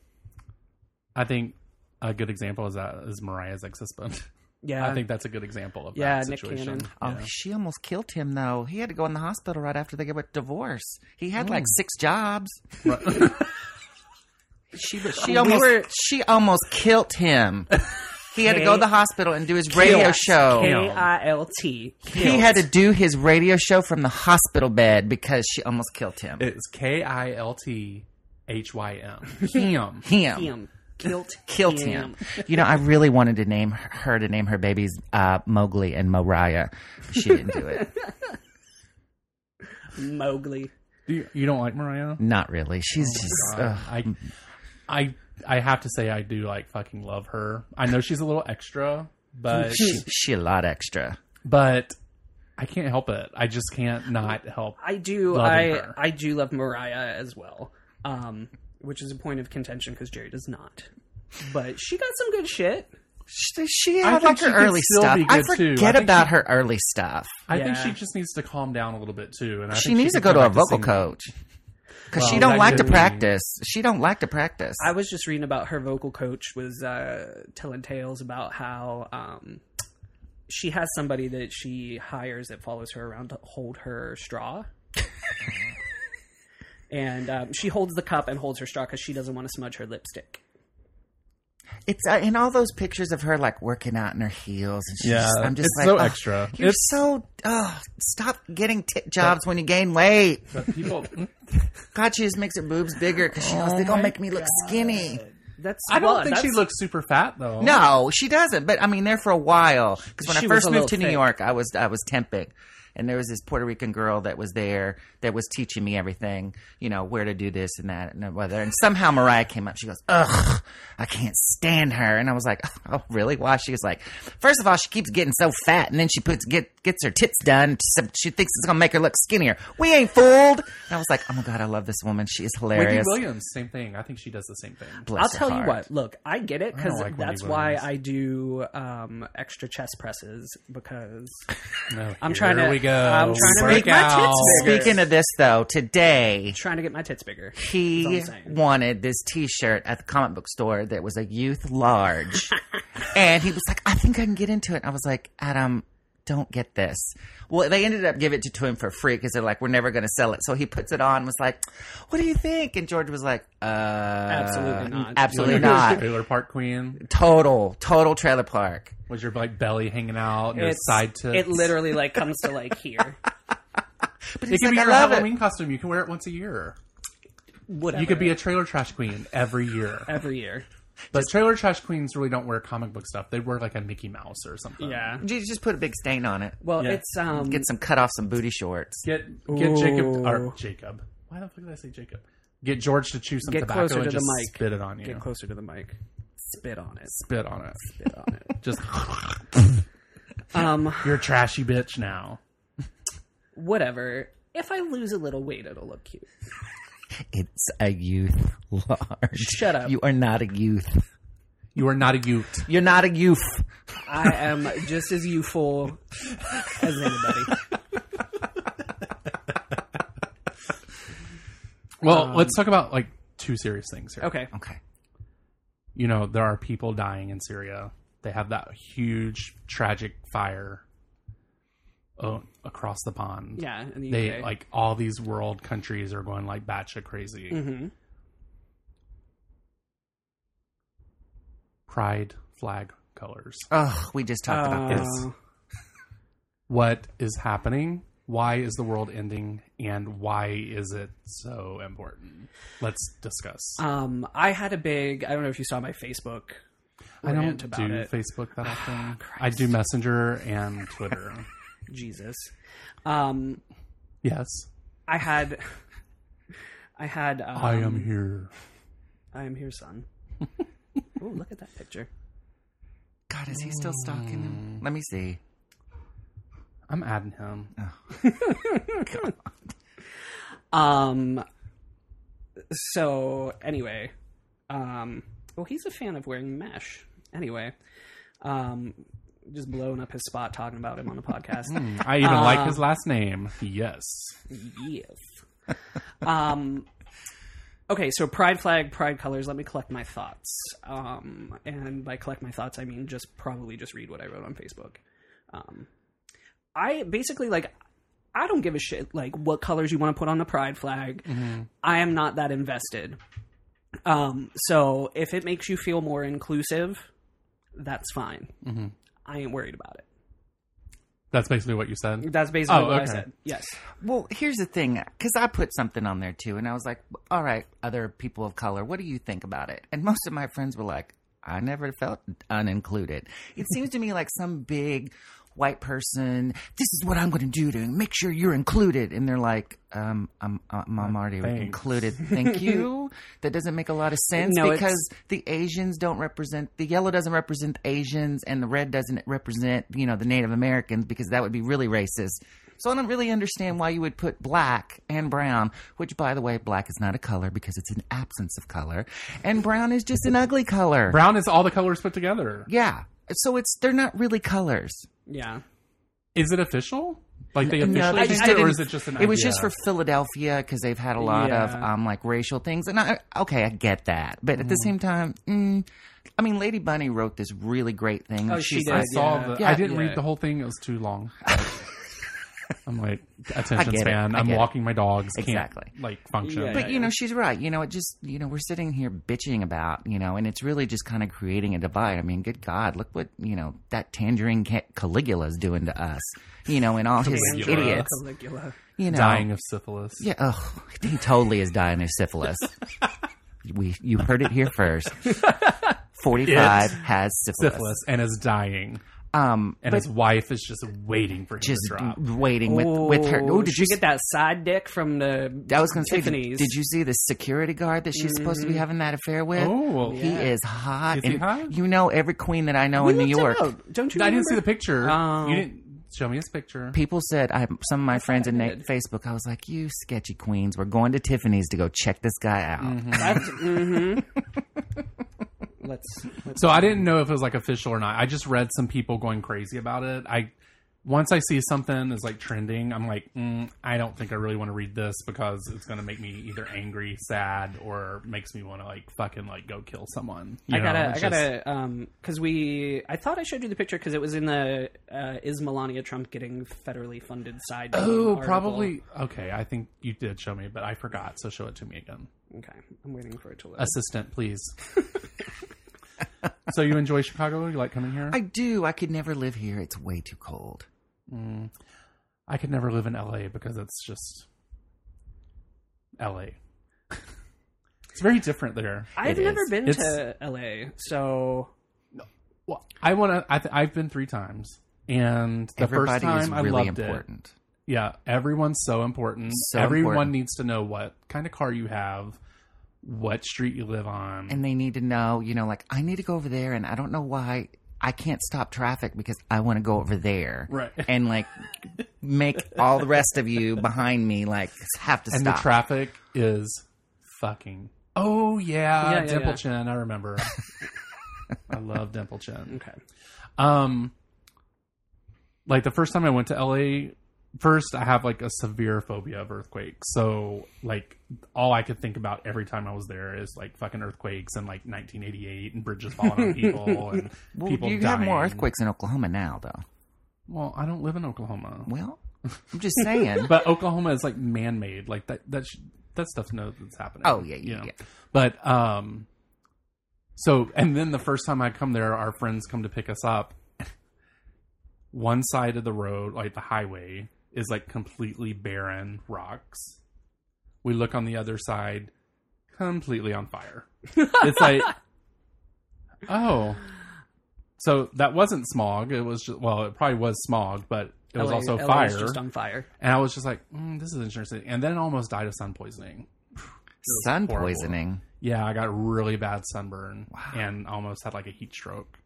[SPEAKER 5] I think a good example is that is Mariah's ex husband.
[SPEAKER 6] yeah
[SPEAKER 5] I think that's a good example of
[SPEAKER 6] Uh, Yeah,
[SPEAKER 5] that
[SPEAKER 6] Nick
[SPEAKER 5] situation.
[SPEAKER 6] Cannon.
[SPEAKER 7] Oh, she almost killed him though. He had to go in the hospital right after they got divorced. He had
[SPEAKER 6] Oh.
[SPEAKER 7] like six jobs. she she almost
[SPEAKER 6] were-
[SPEAKER 7] she almost killed him. He had to go to the hospital and do his radio show.
[SPEAKER 6] k-i-l-t
[SPEAKER 7] He had to do his radio show from the hospital bed because she almost killed him.
[SPEAKER 5] It's K I L T H Y M. Him.
[SPEAKER 7] him.
[SPEAKER 6] him killed
[SPEAKER 7] Killed him. You know, I really wanted to name her, her to name her babies uh, Mowgli and Moriah. She didn't do it.
[SPEAKER 6] mowgli
[SPEAKER 5] you, you don't like Mariah?
[SPEAKER 7] Not really. She's
[SPEAKER 5] Oh
[SPEAKER 7] just. ugh.
[SPEAKER 5] I, I, I have to say I do like fucking love her. I know she's a little extra, but
[SPEAKER 7] she, she a lot extra.
[SPEAKER 5] but I can't help it. I just can't not help.
[SPEAKER 6] i do
[SPEAKER 5] Loving
[SPEAKER 6] i
[SPEAKER 5] her.
[SPEAKER 6] i do love mariah as well um which is a point of contention because jerry does not but she got some good shit
[SPEAKER 7] She, she
[SPEAKER 5] I
[SPEAKER 7] had
[SPEAKER 5] think
[SPEAKER 7] like
[SPEAKER 5] she
[SPEAKER 7] her
[SPEAKER 5] could
[SPEAKER 7] early
[SPEAKER 5] still
[SPEAKER 7] stuff.
[SPEAKER 5] be
[SPEAKER 7] I
[SPEAKER 5] good, too. I
[SPEAKER 7] forget
[SPEAKER 5] think
[SPEAKER 7] about
[SPEAKER 5] she-
[SPEAKER 7] her early stuff.
[SPEAKER 5] I think
[SPEAKER 6] Yeah.
[SPEAKER 5] she just needs to calm down a little bit too. And I
[SPEAKER 7] She
[SPEAKER 5] think
[SPEAKER 7] needs to
[SPEAKER 5] could
[SPEAKER 7] go to
[SPEAKER 5] back
[SPEAKER 7] a vocal
[SPEAKER 5] singing.
[SPEAKER 7] coach because she
[SPEAKER 5] Well,
[SPEAKER 7] don't
[SPEAKER 5] that
[SPEAKER 7] like to
[SPEAKER 5] could be-
[SPEAKER 7] practice. She don't like to practice.
[SPEAKER 6] I was just reading about her vocal coach was uh, telling tales about how um, she has somebody that she hires that follows her around to hold her straw. and um, she holds the cup and holds her straw because she doesn't want to smudge her lipstick.
[SPEAKER 7] It's uh, in all those pictures of her like working out in her heels, and she's
[SPEAKER 5] Yeah,
[SPEAKER 7] just, I'm just
[SPEAKER 5] it's
[SPEAKER 7] like,
[SPEAKER 5] so
[SPEAKER 7] "Oh,
[SPEAKER 5] extra.
[SPEAKER 7] You're
[SPEAKER 5] It's-
[SPEAKER 7] so oh, stop getting tit jobs when you gain weight.
[SPEAKER 5] But people,
[SPEAKER 7] God, she just makes her boobs bigger because she
[SPEAKER 6] Oh
[SPEAKER 7] knows they're gonna make me look skinny.
[SPEAKER 6] That's
[SPEAKER 5] I don't
[SPEAKER 6] well,
[SPEAKER 5] think she
[SPEAKER 6] that's-
[SPEAKER 5] looks super fat though.
[SPEAKER 7] No, she doesn't. But I mean, there for a while because when
[SPEAKER 6] She
[SPEAKER 7] I
[SPEAKER 6] was
[SPEAKER 7] first
[SPEAKER 6] a
[SPEAKER 7] moved to
[SPEAKER 6] little
[SPEAKER 7] New
[SPEAKER 6] thick.
[SPEAKER 7] York, I was I was temping, and there was this Puerto Rican girl that was there that was teaching me everything, you know, where to do this and that and whether. And somehow Mariah came up. She goes, "Ugh, I can't stand her." And I was like, "Oh, really? Why?" She was like, first of all, she keeps getting so fat, and then she puts get gets her tits done. So She thinks it's gonna make her look skinnier. We ain't fooled." And I was like, "Oh my god, I love this woman. She is
[SPEAKER 5] Wendy
[SPEAKER 7] hilarious."
[SPEAKER 5] Williams, same thing. I think she does the same thing.
[SPEAKER 7] Bless
[SPEAKER 6] I'll
[SPEAKER 7] her
[SPEAKER 6] tell you
[SPEAKER 7] heart.
[SPEAKER 6] what. Look, I get it
[SPEAKER 5] I don't
[SPEAKER 6] because
[SPEAKER 5] like Wendy
[SPEAKER 6] that's why
[SPEAKER 5] Williams.
[SPEAKER 6] I do um, extra chest presses because
[SPEAKER 5] No,
[SPEAKER 6] I'm trying
[SPEAKER 5] here
[SPEAKER 6] to-
[SPEAKER 5] we go.
[SPEAKER 6] I'm trying to make my tits
[SPEAKER 5] Workout.
[SPEAKER 6] bigger.
[SPEAKER 7] Speaking of this, though, today
[SPEAKER 6] trying to get my tits bigger.
[SPEAKER 7] he
[SPEAKER 6] That's what I'm saying.
[SPEAKER 7] wanted this T-shirt at the comic book store that was a youth large, and he was like, "I think I can get into it." I was like, "Adam." Don't get this. Well, they ended up giving it to him for free because they're like, we're never going to sell it. So he puts it on, and was like, "What do you think?" And George was like, "Uh, absolutely
[SPEAKER 6] not.
[SPEAKER 7] absolutely
[SPEAKER 5] You're like a
[SPEAKER 7] not,
[SPEAKER 5] Trailer Park Queen.
[SPEAKER 7] total, total trailer park."
[SPEAKER 5] Was your like belly hanging out? And your
[SPEAKER 6] It's-
[SPEAKER 5] side tits.
[SPEAKER 6] It literally like comes to like here.
[SPEAKER 7] But
[SPEAKER 5] It
[SPEAKER 7] he's
[SPEAKER 5] could
[SPEAKER 7] like,
[SPEAKER 5] be
[SPEAKER 7] "I
[SPEAKER 5] your
[SPEAKER 7] love it."
[SPEAKER 5] Halloween costume. You can wear it once a year.
[SPEAKER 6] Whatever.
[SPEAKER 5] You could be a trailer trash queen every year.
[SPEAKER 6] every year.
[SPEAKER 5] But trailer trash queens really don't wear comic book stuff. They wear like a Mickey Mouse or something.
[SPEAKER 6] Yeah.
[SPEAKER 7] You just put a big stain on it.
[SPEAKER 6] Well,
[SPEAKER 5] Um, Yeah.
[SPEAKER 6] it's um.
[SPEAKER 7] Get some cut off some booty shorts.
[SPEAKER 5] Get get Jacob or
[SPEAKER 6] Ooh.
[SPEAKER 5] Jacob. Why the fuck did I say Jacob? Get George to chew some
[SPEAKER 6] Get
[SPEAKER 5] tobacco
[SPEAKER 6] closer
[SPEAKER 5] and
[SPEAKER 6] to the
[SPEAKER 5] just
[SPEAKER 6] mic.
[SPEAKER 5] spit it on you.
[SPEAKER 6] get closer to the mic. Spit on it.
[SPEAKER 5] Spit on it.
[SPEAKER 6] Spit on it.
[SPEAKER 5] Just
[SPEAKER 6] Um,
[SPEAKER 5] you're a trashy bitch now.
[SPEAKER 6] whatever. If I lose a little weight, it'll look cute.
[SPEAKER 7] It's a youth large.
[SPEAKER 6] Shut up.
[SPEAKER 7] You are not a youth.
[SPEAKER 5] You are not a youth.
[SPEAKER 7] You're not a youth.
[SPEAKER 6] I am just as youthful as anybody.
[SPEAKER 5] Well, let's talk about like two serious things here.
[SPEAKER 6] Okay.
[SPEAKER 7] Okay.
[SPEAKER 5] You know, there are people dying in Syria. They have that huge tragic fire uh, across the pond.
[SPEAKER 6] Yeah. In the
[SPEAKER 5] They
[SPEAKER 6] UK.
[SPEAKER 5] like all these world countries are going like batshit crazy.
[SPEAKER 6] Mhm.
[SPEAKER 5] Pride flag colors.
[SPEAKER 7] Oh, we just talked about this.
[SPEAKER 5] Yes. What is happening? Why is the world ending? And why is it so important? Let's discuss.
[SPEAKER 6] Um, I had a big. I don't know if you saw my Facebook.
[SPEAKER 5] I
[SPEAKER 6] rant
[SPEAKER 5] don't
[SPEAKER 6] about
[SPEAKER 5] do
[SPEAKER 6] it.
[SPEAKER 5] Facebook that often. I do Messenger and Twitter.
[SPEAKER 6] Jesus. Um,
[SPEAKER 5] yes,
[SPEAKER 6] I had. I had. Um,
[SPEAKER 5] I am here.
[SPEAKER 6] I am here, son. oh, look at that picture.
[SPEAKER 7] God, is he still stalking him? Let me see.
[SPEAKER 5] I'm adding him.
[SPEAKER 6] Um. So anyway, um. Well, he's a fan of wearing mesh. Anyway, um, just blowing up his spot talking about him on the podcast.
[SPEAKER 5] I even like his last name. Yes.
[SPEAKER 6] yes. um. Okay, so pride flag, pride colors. Let me collect my thoughts. Um, and by collect my thoughts, I mean just probably just read what I wrote on Facebook. Um, I basically like I don't give a shit like what colors you want to put on the pride flag.
[SPEAKER 5] Mm-hmm.
[SPEAKER 6] I am not that invested. Um, so if it makes you feel more inclusive, that's fine.
[SPEAKER 5] Mm-hmm.
[SPEAKER 6] I ain't worried about it.
[SPEAKER 5] That's basically what you said.
[SPEAKER 6] That's basically
[SPEAKER 5] Oh,
[SPEAKER 6] what I
[SPEAKER 5] okay.
[SPEAKER 6] said. Yes.
[SPEAKER 7] Well, here's the thing, because I put something on there too, and I was like, "All right, other people of color, what do you think about it?" And most of my friends were like, "I never felt unincluded." It seems to me like some big white person. This is what I'm going to do to make sure you're included, and they're like, um, "I'm, I'm I'm already
[SPEAKER 5] Thanks.
[SPEAKER 7] included. Thank you." that doesn't make a lot of sense
[SPEAKER 6] No, it's-
[SPEAKER 7] because the Asians don't represent the yellow doesn't represent Asians, and the red doesn't represent you know the Native Americans because that would be really racist. So I don't really understand why you would put black and brown, which, by the way, black is not a color because it's an absence of color, and brown is just an ugly color.
[SPEAKER 5] Brown is all the colors put together.
[SPEAKER 7] Yeah, so it's they're not really colors.
[SPEAKER 6] Yeah.
[SPEAKER 5] Is it official? Like they officially
[SPEAKER 7] No, they
[SPEAKER 5] changed
[SPEAKER 7] just
[SPEAKER 5] it, or
[SPEAKER 7] didn't-
[SPEAKER 5] is it just an?
[SPEAKER 7] It was just for
[SPEAKER 5] idea?
[SPEAKER 7] Philadelphia because they've had a lot of
[SPEAKER 6] Yeah.
[SPEAKER 7] um, like racial things, and I okay, I get that, but at the same time, mm, I mean, Lady Bunny wrote this really great thing.
[SPEAKER 6] Oh,
[SPEAKER 7] She's
[SPEAKER 6] she did.
[SPEAKER 5] I
[SPEAKER 6] Yeah.
[SPEAKER 5] saw the. I
[SPEAKER 7] Yeah.
[SPEAKER 5] didn't
[SPEAKER 6] Yeah.
[SPEAKER 5] read the whole thing. It was too long. I'm like
[SPEAKER 7] I
[SPEAKER 5] attention
[SPEAKER 7] get it.
[SPEAKER 5] span.
[SPEAKER 7] I
[SPEAKER 5] I'm
[SPEAKER 7] get it.
[SPEAKER 5] walking my dogs. Can't,
[SPEAKER 7] Exactly.
[SPEAKER 5] Like function.
[SPEAKER 6] Yeah.
[SPEAKER 7] But you know, she's right. You know, it just you know, we're sitting here bitching about you know, and it's really just kind of creating a divide. I mean, good God, look what you know that tangerine ca- Caligula's doing to us. You know, and all his
[SPEAKER 5] Caligula.
[SPEAKER 7] idiots.
[SPEAKER 6] Caligula.
[SPEAKER 7] You know,
[SPEAKER 5] Dying of syphilis.
[SPEAKER 7] Yeah, oh, he totally is dying of syphilis. we, you heard it here first. Forty-five has syphilis.
[SPEAKER 5] Syphilis and is dying.
[SPEAKER 7] Um,
[SPEAKER 5] and his wife is just waiting for him
[SPEAKER 7] just
[SPEAKER 5] to drop.
[SPEAKER 7] waiting with with her.
[SPEAKER 6] Oh,
[SPEAKER 7] Oh, did
[SPEAKER 6] she
[SPEAKER 7] you
[SPEAKER 6] get that side dick from the?
[SPEAKER 7] I was going to say, did,
[SPEAKER 6] Tiffany's?
[SPEAKER 7] did you see the security guard that she's supposed to be having that affair with?
[SPEAKER 5] Mm-hmm. Oh,
[SPEAKER 7] he is hot.
[SPEAKER 5] Is he
[SPEAKER 7] and
[SPEAKER 5] hot?
[SPEAKER 7] You know every queen that I know in New
[SPEAKER 6] looked it
[SPEAKER 7] York.
[SPEAKER 6] up, Don't you?
[SPEAKER 5] I didn't see the
[SPEAKER 6] remember?
[SPEAKER 5] picture.
[SPEAKER 6] Oh.
[SPEAKER 5] You didn't show me his picture.
[SPEAKER 7] People said I some of my friends in na- Facebook. I was like, "You sketchy queens, we're going to Tiffany's to go check this guy out."
[SPEAKER 5] Mm-hmm.
[SPEAKER 6] That's- mhm. Let's.
[SPEAKER 5] So I didn't know if it was like official or not. I just read some people going crazy about it. I once I see something is like trending, I'm like, mm, I don't think I really want to read this because it's going to make me either angry, sad, or makes me want to like fucking like go kill someone. You
[SPEAKER 6] I
[SPEAKER 5] know,
[SPEAKER 6] gotta. I
[SPEAKER 5] it's just-
[SPEAKER 6] gotta. Um, because we. I thought I showed you the picture because it was in the. Uh, is Melania Trump getting federally funded side? dating
[SPEAKER 5] Oh,
[SPEAKER 6] article.
[SPEAKER 5] probably. Okay, I think you did show me, but I forgot. So show it to me again,
[SPEAKER 6] Okay, I'm waiting for it to load.
[SPEAKER 5] assistant, please. so you enjoy Chicago? You like coming here?
[SPEAKER 7] I do. I could never live here. It's way too cold.
[SPEAKER 5] I could never live in LA because it's just LA. it's very different there.
[SPEAKER 6] I've
[SPEAKER 7] it
[SPEAKER 6] never
[SPEAKER 7] is.
[SPEAKER 6] been
[SPEAKER 5] It's-
[SPEAKER 6] to LA, so
[SPEAKER 5] Well, I want to. I th- I've been three times, and the
[SPEAKER 7] Everybody
[SPEAKER 5] first time
[SPEAKER 7] is
[SPEAKER 5] I
[SPEAKER 7] really
[SPEAKER 5] loved it.
[SPEAKER 7] important.
[SPEAKER 5] Yeah, everyone's so important.
[SPEAKER 7] So
[SPEAKER 5] Everyone
[SPEAKER 7] important.
[SPEAKER 5] needs to know what kind of car you have, what street you live on.
[SPEAKER 7] and they need to know, you know, like I need to go over there, and I don't know why I can't stop traffic because I want to go over there,
[SPEAKER 5] Right.
[SPEAKER 7] And like make all the rest of you behind me like have to
[SPEAKER 5] And
[SPEAKER 7] stop.
[SPEAKER 5] the traffic is fucking. Oh yeah,
[SPEAKER 6] Yeah, yeah,
[SPEAKER 5] dimple
[SPEAKER 6] yeah.
[SPEAKER 5] chin. I remember. I love dimple chin.
[SPEAKER 6] Okay.
[SPEAKER 5] Um, like the first time I went to LA, first I have like a severe phobia of earthquakes. So like all I could think about every time I was there is like fucking earthquakes and like 1988 and bridges falling on people and
[SPEAKER 7] Well,
[SPEAKER 5] people
[SPEAKER 7] you
[SPEAKER 5] dying.
[SPEAKER 7] have more earthquakes in Oklahoma now, though.
[SPEAKER 5] Well, I don't live in Oklahoma,
[SPEAKER 7] Well, I'm just saying.
[SPEAKER 5] but Oklahoma is like man-made. Like that that sh- that stuff knows that's happening.
[SPEAKER 7] Oh, yeah,
[SPEAKER 5] you
[SPEAKER 7] yeah,
[SPEAKER 5] know?
[SPEAKER 7] yeah.
[SPEAKER 5] But um, so and then the first time I come there, our friends come to pick us up. One side of the road, like the highway, is like completely barren rocks. We look on the other side, completely on fire. It's like, oh, so that wasn't smog. It was just, well, it probably was smog, but it was
[SPEAKER 6] LA
[SPEAKER 5] also
[SPEAKER 6] LA
[SPEAKER 5] fire.
[SPEAKER 6] is just on fire.
[SPEAKER 5] And I was just like, mm, this is interesting. And then almost died of sun poisoning.
[SPEAKER 7] Sun
[SPEAKER 5] horrible.
[SPEAKER 7] poisoning.
[SPEAKER 5] Yeah, I got really bad sunburn and almost had like a heat stroke.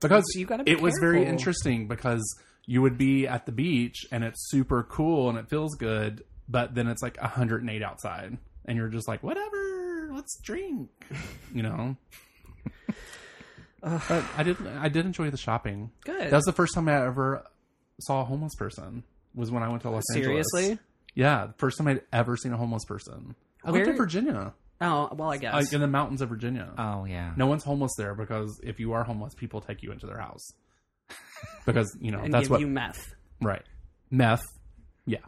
[SPEAKER 5] Because
[SPEAKER 6] So you gotta be
[SPEAKER 5] it was very
[SPEAKER 6] careful.
[SPEAKER 5] interesting because you would be at the beach and it's super cool and it feels good, but then it's like 108 outside and you're just like, whatever, let's drink, you know. but I did I did enjoy the shopping.
[SPEAKER 6] Good.
[SPEAKER 5] That was the first time I ever saw a homeless person. Was when I went to Los
[SPEAKER 6] Seriously?
[SPEAKER 5] Angeles. Yeah, the first time I'd ever seen a homeless person. I lived
[SPEAKER 6] Where-
[SPEAKER 5] in Virginia,
[SPEAKER 6] Oh well, I Ah.
[SPEAKER 5] like
[SPEAKER 6] guess.
[SPEAKER 5] in the mountains of Virginia.
[SPEAKER 7] Oh yeah.
[SPEAKER 5] no one's homeless there because if you are homeless, people take you into their house because you know
[SPEAKER 6] and
[SPEAKER 5] that's
[SPEAKER 6] give
[SPEAKER 5] what
[SPEAKER 6] you meth.
[SPEAKER 5] right meth. Yeah,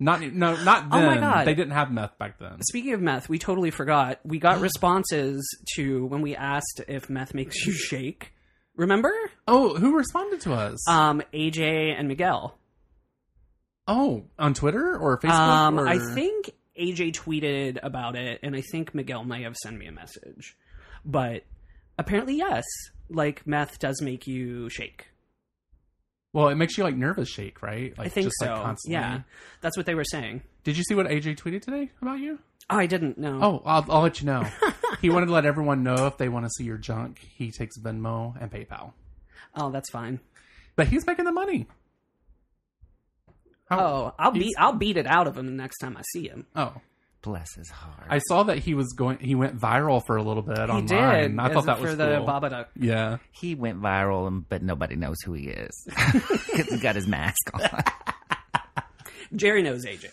[SPEAKER 5] not e, no, not
[SPEAKER 6] Oh
[SPEAKER 5] then.
[SPEAKER 6] my God.
[SPEAKER 5] They didn't have meth back then.
[SPEAKER 6] Speaking of meth, we totally forgot. We got responses to when we asked if meth makes you shake. Remember?
[SPEAKER 5] Oh, who responded to us?
[SPEAKER 6] Um, AJ and Miguel.
[SPEAKER 5] oh, on Twitter or Facebook?
[SPEAKER 6] Um,
[SPEAKER 5] or-
[SPEAKER 6] I think AJ tweeted about it, and I think Miguel may have sent me a message. But apparently, yes, like meth does make you shake.
[SPEAKER 5] Well, it makes you like nervous shake, right? Like
[SPEAKER 6] I think
[SPEAKER 5] just
[SPEAKER 6] so.
[SPEAKER 5] like constantly.
[SPEAKER 6] yeah, that's what they were saying.
[SPEAKER 5] Did you see what AJ tweeted today about you?
[SPEAKER 6] Oh, I didn't know.
[SPEAKER 5] Oh, I'll, I'll let you know. he wanted to let everyone know if they want to see your junk, he takes Venmo and PayPal.
[SPEAKER 6] oh, that's fine.
[SPEAKER 5] But he's making the money. How-
[SPEAKER 6] Oh, I'll
[SPEAKER 5] he's-
[SPEAKER 6] beat I'll beat it out of him the next time I see him.
[SPEAKER 5] Oh,
[SPEAKER 7] Bless his heart.
[SPEAKER 5] I saw that he was going. He went viral for a little bit
[SPEAKER 6] He
[SPEAKER 5] online.
[SPEAKER 6] did.
[SPEAKER 5] I
[SPEAKER 6] as-
[SPEAKER 5] thought that
[SPEAKER 6] for
[SPEAKER 5] was
[SPEAKER 6] the
[SPEAKER 5] cool.
[SPEAKER 6] Babadook.
[SPEAKER 5] yeah.
[SPEAKER 7] he went viral, and- but nobody knows who he is 'Cause he got his mask on.
[SPEAKER 6] Jerry knows AJ.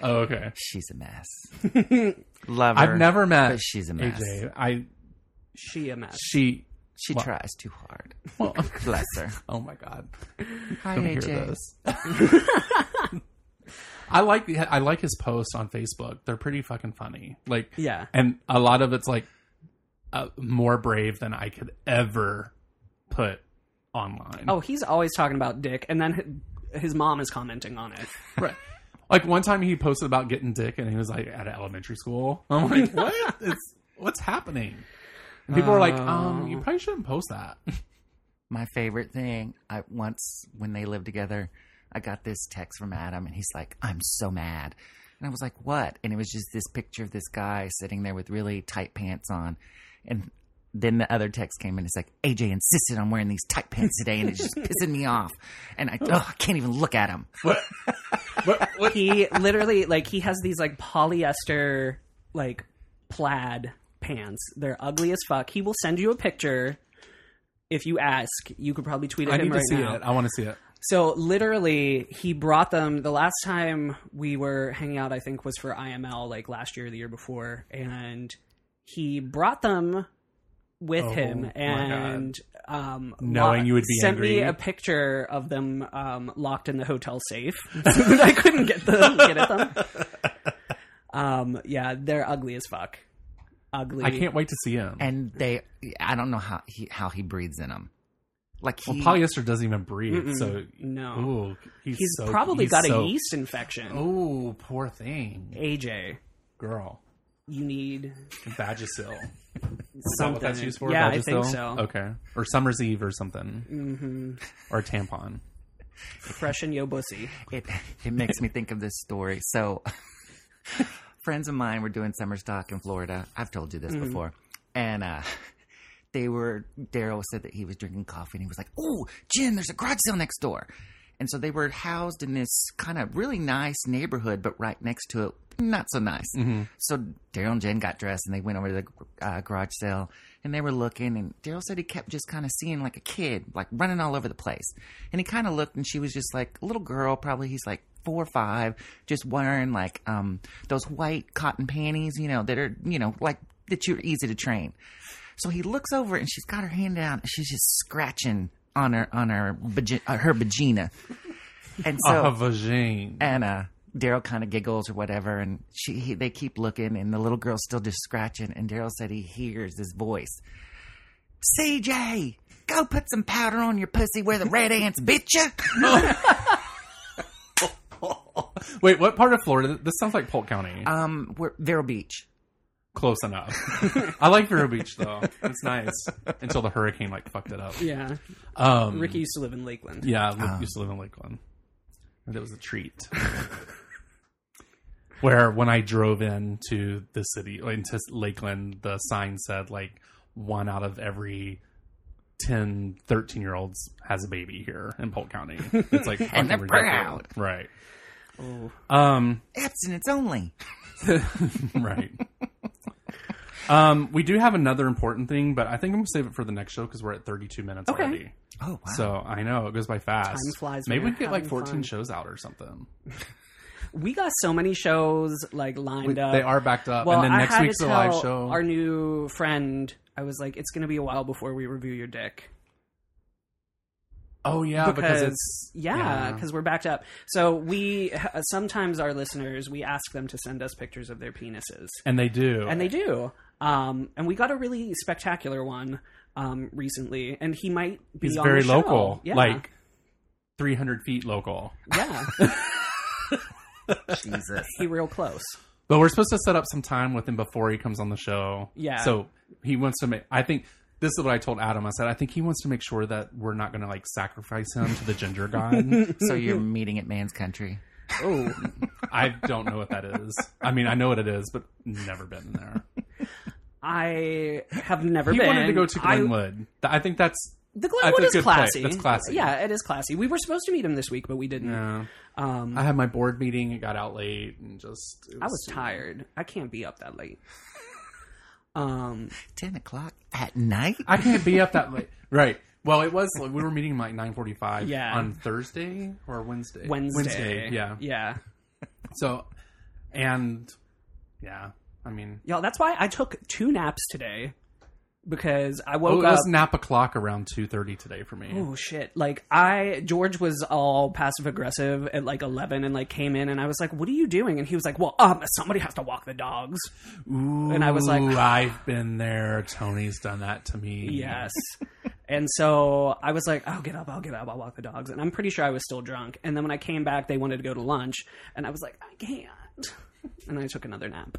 [SPEAKER 5] Oh, okay.
[SPEAKER 7] She's a mess. Love her.
[SPEAKER 5] I've never met.
[SPEAKER 7] But she's a mess.
[SPEAKER 5] AJ. I
[SPEAKER 6] She a mess.
[SPEAKER 5] she.
[SPEAKER 7] She
[SPEAKER 5] Well-
[SPEAKER 7] tries too hard.
[SPEAKER 5] Well,
[SPEAKER 7] Bless her.
[SPEAKER 5] oh my god.
[SPEAKER 7] Hi,
[SPEAKER 5] Don't hear
[SPEAKER 7] AJ.
[SPEAKER 5] this. I like the- I like his posts on Facebook. They're pretty fucking funny. Like
[SPEAKER 6] Yeah.
[SPEAKER 5] and a lot of it's like uh, more brave than I could ever put online.
[SPEAKER 6] Oh, he's always talking about dick, and then hi- his mom is commenting on it.
[SPEAKER 5] right. Like one time he posted about getting dick, and he was like at an elementary school. I'm like, what? it's what's happening? And people were like,
[SPEAKER 6] Uh,
[SPEAKER 5] um, you probably shouldn't post that.
[SPEAKER 7] My favorite thing. I once when they lived together, I got this text from Adam, and he's like, "I'm so mad," and I was like, "What?" And it was just this picture of this guy sitting there with really tight pants on, and. Then the other text came in. It's like AJ insisted on wearing these tight pants today, and it's just pissing me off. And I, oh, I can't even look at him.
[SPEAKER 6] He literally like he has these like polyester like plaid pants. They're ugly as fuck. He will send you a picture. If you ask, you could probably tweet at
[SPEAKER 5] I
[SPEAKER 6] him
[SPEAKER 5] need
[SPEAKER 6] right
[SPEAKER 5] to see
[SPEAKER 6] now.
[SPEAKER 5] it. I want to see it.
[SPEAKER 6] So literally, he brought them the last time we were hanging out. I think was for IML, like last year, or the year before, and he brought them with
[SPEAKER 5] Oh,
[SPEAKER 6] him
[SPEAKER 5] my God.
[SPEAKER 6] and um,
[SPEAKER 5] Knowing
[SPEAKER 6] lo-
[SPEAKER 5] you would be
[SPEAKER 6] sent me
[SPEAKER 5] angry.
[SPEAKER 6] a picture of them um, locked in the hotel safe. so that I couldn't get them. Get at them. Um, yeah, they're ugly as fuck. Ugly.
[SPEAKER 5] I can't wait to see him.
[SPEAKER 7] and they i don't know how he how he breathes in them like
[SPEAKER 5] Well,
[SPEAKER 7] he
[SPEAKER 5] polyester doesn't even breathe, so
[SPEAKER 6] No.
[SPEAKER 5] Ooh, he's,
[SPEAKER 6] He's
[SPEAKER 5] so-
[SPEAKER 6] probably
[SPEAKER 5] he's
[SPEAKER 6] got
[SPEAKER 5] so-
[SPEAKER 6] a yeast infection.
[SPEAKER 5] Oh, poor thing,
[SPEAKER 6] AJ,
[SPEAKER 5] girl.
[SPEAKER 6] you need
[SPEAKER 5] Vagisil. Is that
[SPEAKER 6] something.
[SPEAKER 5] what that's used for?
[SPEAKER 6] Yeah, I
[SPEAKER 5] Vagisil?
[SPEAKER 6] think so.
[SPEAKER 5] Okay, or summer's eve or something, mm-hmm. or a tampon.
[SPEAKER 6] Freshen yo bussy.
[SPEAKER 7] it, it makes me think of this story so friends of mine were doing summer stock in florida i've told you this before and uh they were daryl said that he was drinking coffee and he was like oh jen there's a garage sale next door And so they were housed in this kind of really nice neighborhood, but right next to it, not so nice. So Daryl and Jen got dressed and they went over to the uh, garage sale and they were looking. And Daryl said he kept just kind of seeing like a kid, like running all over the place. And he kind of looked and she was just like a little girl, probably he's like four or five, just wearing like um, those white cotton panties, you know, that are, you know, like that you're easy to train. So he looks over and she's got her hand out and she's just scratching on her on her vagi- uh, her vagina. And so
[SPEAKER 5] a Ah, vagine.
[SPEAKER 6] Eh.
[SPEAKER 7] and uh, Daryl kind of giggles or whatever, and she he, they keep looking, and the little girl's still just scratching. And Daryl said he hears this voice, CJ, go put some powder on your pussy where the red ants bit you.
[SPEAKER 5] Wait, what part of Florida? This sounds like Polk County.
[SPEAKER 7] um, where, Vero Beach.
[SPEAKER 5] Close enough. I like Vero Beach though. It's nice until the hurricane like fucked it up.
[SPEAKER 6] Yeah.
[SPEAKER 5] Um,
[SPEAKER 6] Ricky used to live in Lakeland.
[SPEAKER 5] Yeah, I li-
[SPEAKER 7] Um,
[SPEAKER 5] used to live in Lakeland. And It was a treat. Where when I drove into the city, like, into Lakeland, the sign said like one out of every 10, 13 year olds has a baby here in Polk County. It's like fucking
[SPEAKER 7] they're
[SPEAKER 5] ridiculous.
[SPEAKER 7] proud.
[SPEAKER 5] right? Um,
[SPEAKER 7] Abstinence only.
[SPEAKER 5] right. um, we do have another important thing, but I think I'm gonna save it for the next show because we're at 32 minutes
[SPEAKER 6] Okay.
[SPEAKER 5] already.
[SPEAKER 7] Oh wow.
[SPEAKER 5] So I know it goes by fast.
[SPEAKER 6] Time flies when
[SPEAKER 5] Maybe we
[SPEAKER 6] you're
[SPEAKER 5] can get like
[SPEAKER 6] having
[SPEAKER 5] 14
[SPEAKER 6] fun.
[SPEAKER 5] shows out or something.
[SPEAKER 6] We got so many shows like lined
[SPEAKER 5] We-
[SPEAKER 6] up.
[SPEAKER 5] they are backed up,
[SPEAKER 6] Well,
[SPEAKER 5] and then
[SPEAKER 6] I
[SPEAKER 5] next
[SPEAKER 6] had
[SPEAKER 5] week's
[SPEAKER 6] to
[SPEAKER 5] a
[SPEAKER 6] tell
[SPEAKER 5] live show.
[SPEAKER 6] Our new friend, I was like, it's going to be a while before we review your dick.
[SPEAKER 5] oh yeah, because,
[SPEAKER 6] because
[SPEAKER 5] it's
[SPEAKER 6] yeah because we're backed up so we uh, sometimes our listeners we ask them to send us pictures of their penises
[SPEAKER 5] and they do,
[SPEAKER 6] and they do um, and we got a really spectacular one um, recently and he might be
[SPEAKER 5] He's
[SPEAKER 6] on
[SPEAKER 5] very
[SPEAKER 6] the show.
[SPEAKER 5] local,
[SPEAKER 6] yeah.
[SPEAKER 5] like 300 feet local.
[SPEAKER 6] yeah
[SPEAKER 7] Jesus.
[SPEAKER 6] he real close
[SPEAKER 5] But we're supposed to set up some time with him before he comes on the show.
[SPEAKER 6] Yeah.
[SPEAKER 5] So he wants to make. I think this is what I told Adam. I said I think he wants to make sure that we're not going to like sacrifice him to the ginger god.
[SPEAKER 7] So you're meeting at man's country.
[SPEAKER 6] oh
[SPEAKER 5] I don't know what that is. I mean, I know what it is, but never been there.
[SPEAKER 6] i have never
[SPEAKER 5] He
[SPEAKER 6] been
[SPEAKER 5] wanted to go to
[SPEAKER 6] I-
[SPEAKER 5] Glenwood. Th- I, think that's.
[SPEAKER 6] the
[SPEAKER 5] I think
[SPEAKER 6] Glenwood is
[SPEAKER 5] good play.
[SPEAKER 6] classy.
[SPEAKER 5] That's classy.
[SPEAKER 6] Yeah, it is classy. We were supposed to meet him this week, but we didn't.
[SPEAKER 5] Yeah.
[SPEAKER 6] Um,
[SPEAKER 5] uh, I had my board meeting. It got out late and just. it
[SPEAKER 6] I was tired. I can't be up that late. Um,
[SPEAKER 7] Ten o'clock at night.
[SPEAKER 5] I can't be up that late. Right. Well, it was like, we were meeting like nine forty-five
[SPEAKER 6] Yeah.
[SPEAKER 5] on Thursday or Wednesday.
[SPEAKER 6] Wednesday.
[SPEAKER 5] yeah.
[SPEAKER 6] Yeah.
[SPEAKER 5] So, and yeah, I mean,
[SPEAKER 6] Y'all, that's why I took two naps today because I
[SPEAKER 5] oh,
[SPEAKER 6] woke
[SPEAKER 5] it
[SPEAKER 6] up.
[SPEAKER 5] was nap o'clock around two thirty today for me.
[SPEAKER 6] oh shit! Like I, George was all passive aggressive at like eleven, and like came in, and I was like, "What are you doing?" And he was like, "Well, um, somebody has to walk the dogs."
[SPEAKER 5] Ooh,
[SPEAKER 6] And I was like-
[SPEAKER 5] I've been there. Tony's done that to me.
[SPEAKER 6] Yes. and so I was like, I'll get up, I'll get up, I'll walk the dogs. And I'm pretty sure I was still drunk. And then when I came back, they wanted to go to lunch. And I was like, I can't. And I took another nap.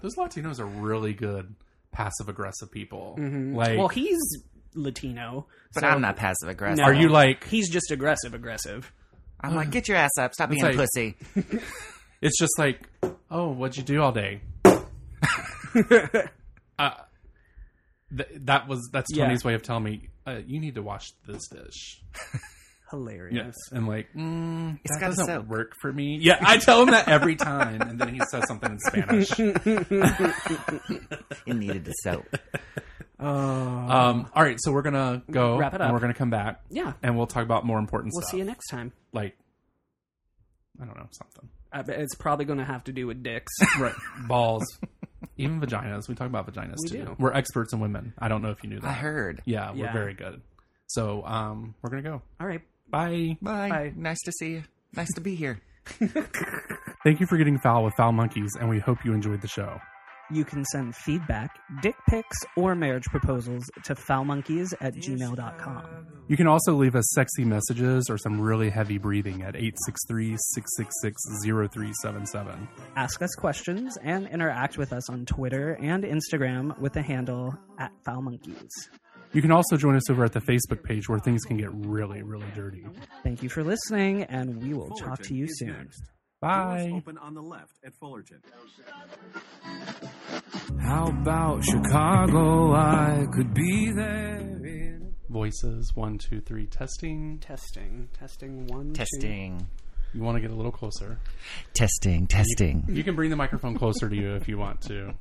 [SPEAKER 5] those Latinos are really good passive aggressive people. Like,
[SPEAKER 6] Mm-hmm. Well, he's Latino.
[SPEAKER 7] But
[SPEAKER 6] so-
[SPEAKER 7] I'm not passive aggressive.
[SPEAKER 6] No.
[SPEAKER 5] are you like?
[SPEAKER 6] He's just aggressive aggressive.
[SPEAKER 7] I'm like, get your ass up. Stop being
[SPEAKER 5] like-
[SPEAKER 7] a pussy.
[SPEAKER 5] It's just like, oh, what'd you do all day? uh, th- that was that's
[SPEAKER 6] Yeah.
[SPEAKER 5] Tony's way of telling me uh, you need to wash this dish.
[SPEAKER 6] Hilarious.
[SPEAKER 5] Yes, and like mm, that
[SPEAKER 7] gotta
[SPEAKER 5] doesn't
[SPEAKER 7] soak.
[SPEAKER 5] work for me. Yeah, I tell him that every time, and then he says something in Spanish.
[SPEAKER 7] It needed the soap.
[SPEAKER 5] Um, all right, so we're gonna go
[SPEAKER 6] Wrap it
[SPEAKER 5] and
[SPEAKER 6] up.
[SPEAKER 5] we're gonna come back.
[SPEAKER 6] Yeah.
[SPEAKER 5] and we'll talk about more important
[SPEAKER 6] We'll
[SPEAKER 5] stuff.
[SPEAKER 6] see you next time.
[SPEAKER 5] like, I don't know something.
[SPEAKER 6] I bet it's probably going to have to do with dicks.
[SPEAKER 5] Right, balls, even vaginas. We talk about vaginas
[SPEAKER 6] We
[SPEAKER 5] too.
[SPEAKER 6] do.
[SPEAKER 5] We're experts in women. I don't know if you knew that.
[SPEAKER 7] I heard.
[SPEAKER 5] Yeah, we're
[SPEAKER 6] Yeah.
[SPEAKER 5] very good. So um, we're gonna go.
[SPEAKER 6] All right.
[SPEAKER 5] Bye.
[SPEAKER 7] Bye.
[SPEAKER 6] Bye.
[SPEAKER 7] Nice to see you. Nice to be here.
[SPEAKER 5] Thank you for getting foul with Foul Monkeys, and we hope you enjoyed the show.
[SPEAKER 6] You can send feedback, dick pics, or marriage proposals to foulmonkeys at gmail.com.
[SPEAKER 5] You can also leave us sexy messages or some really heavy breathing at 863 666 0377.
[SPEAKER 6] Ask us questions and interact with us on Twitter and Instagram with the handle at foulmonkeys.
[SPEAKER 5] You can also join us over at the Facebook page where things can get really, really dirty.
[SPEAKER 6] Thank you for listening, and we will talk to you
[SPEAKER 4] is
[SPEAKER 6] soon.
[SPEAKER 4] next.
[SPEAKER 5] Bye.
[SPEAKER 4] Doors open on the left at Fullerton.
[SPEAKER 1] How about Chicago? I could be there in
[SPEAKER 5] Voices one two three testing.
[SPEAKER 6] Testing, testing, one, two.
[SPEAKER 7] Testing.
[SPEAKER 5] You want to get a little closer.
[SPEAKER 7] Testing. Testing.
[SPEAKER 5] You can bring the microphone closer to you if you want to,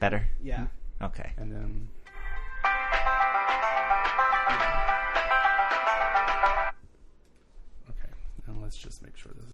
[SPEAKER 7] Better?
[SPEAKER 6] Yeah,
[SPEAKER 7] Okay.
[SPEAKER 5] and then okay. And let's just make sure this.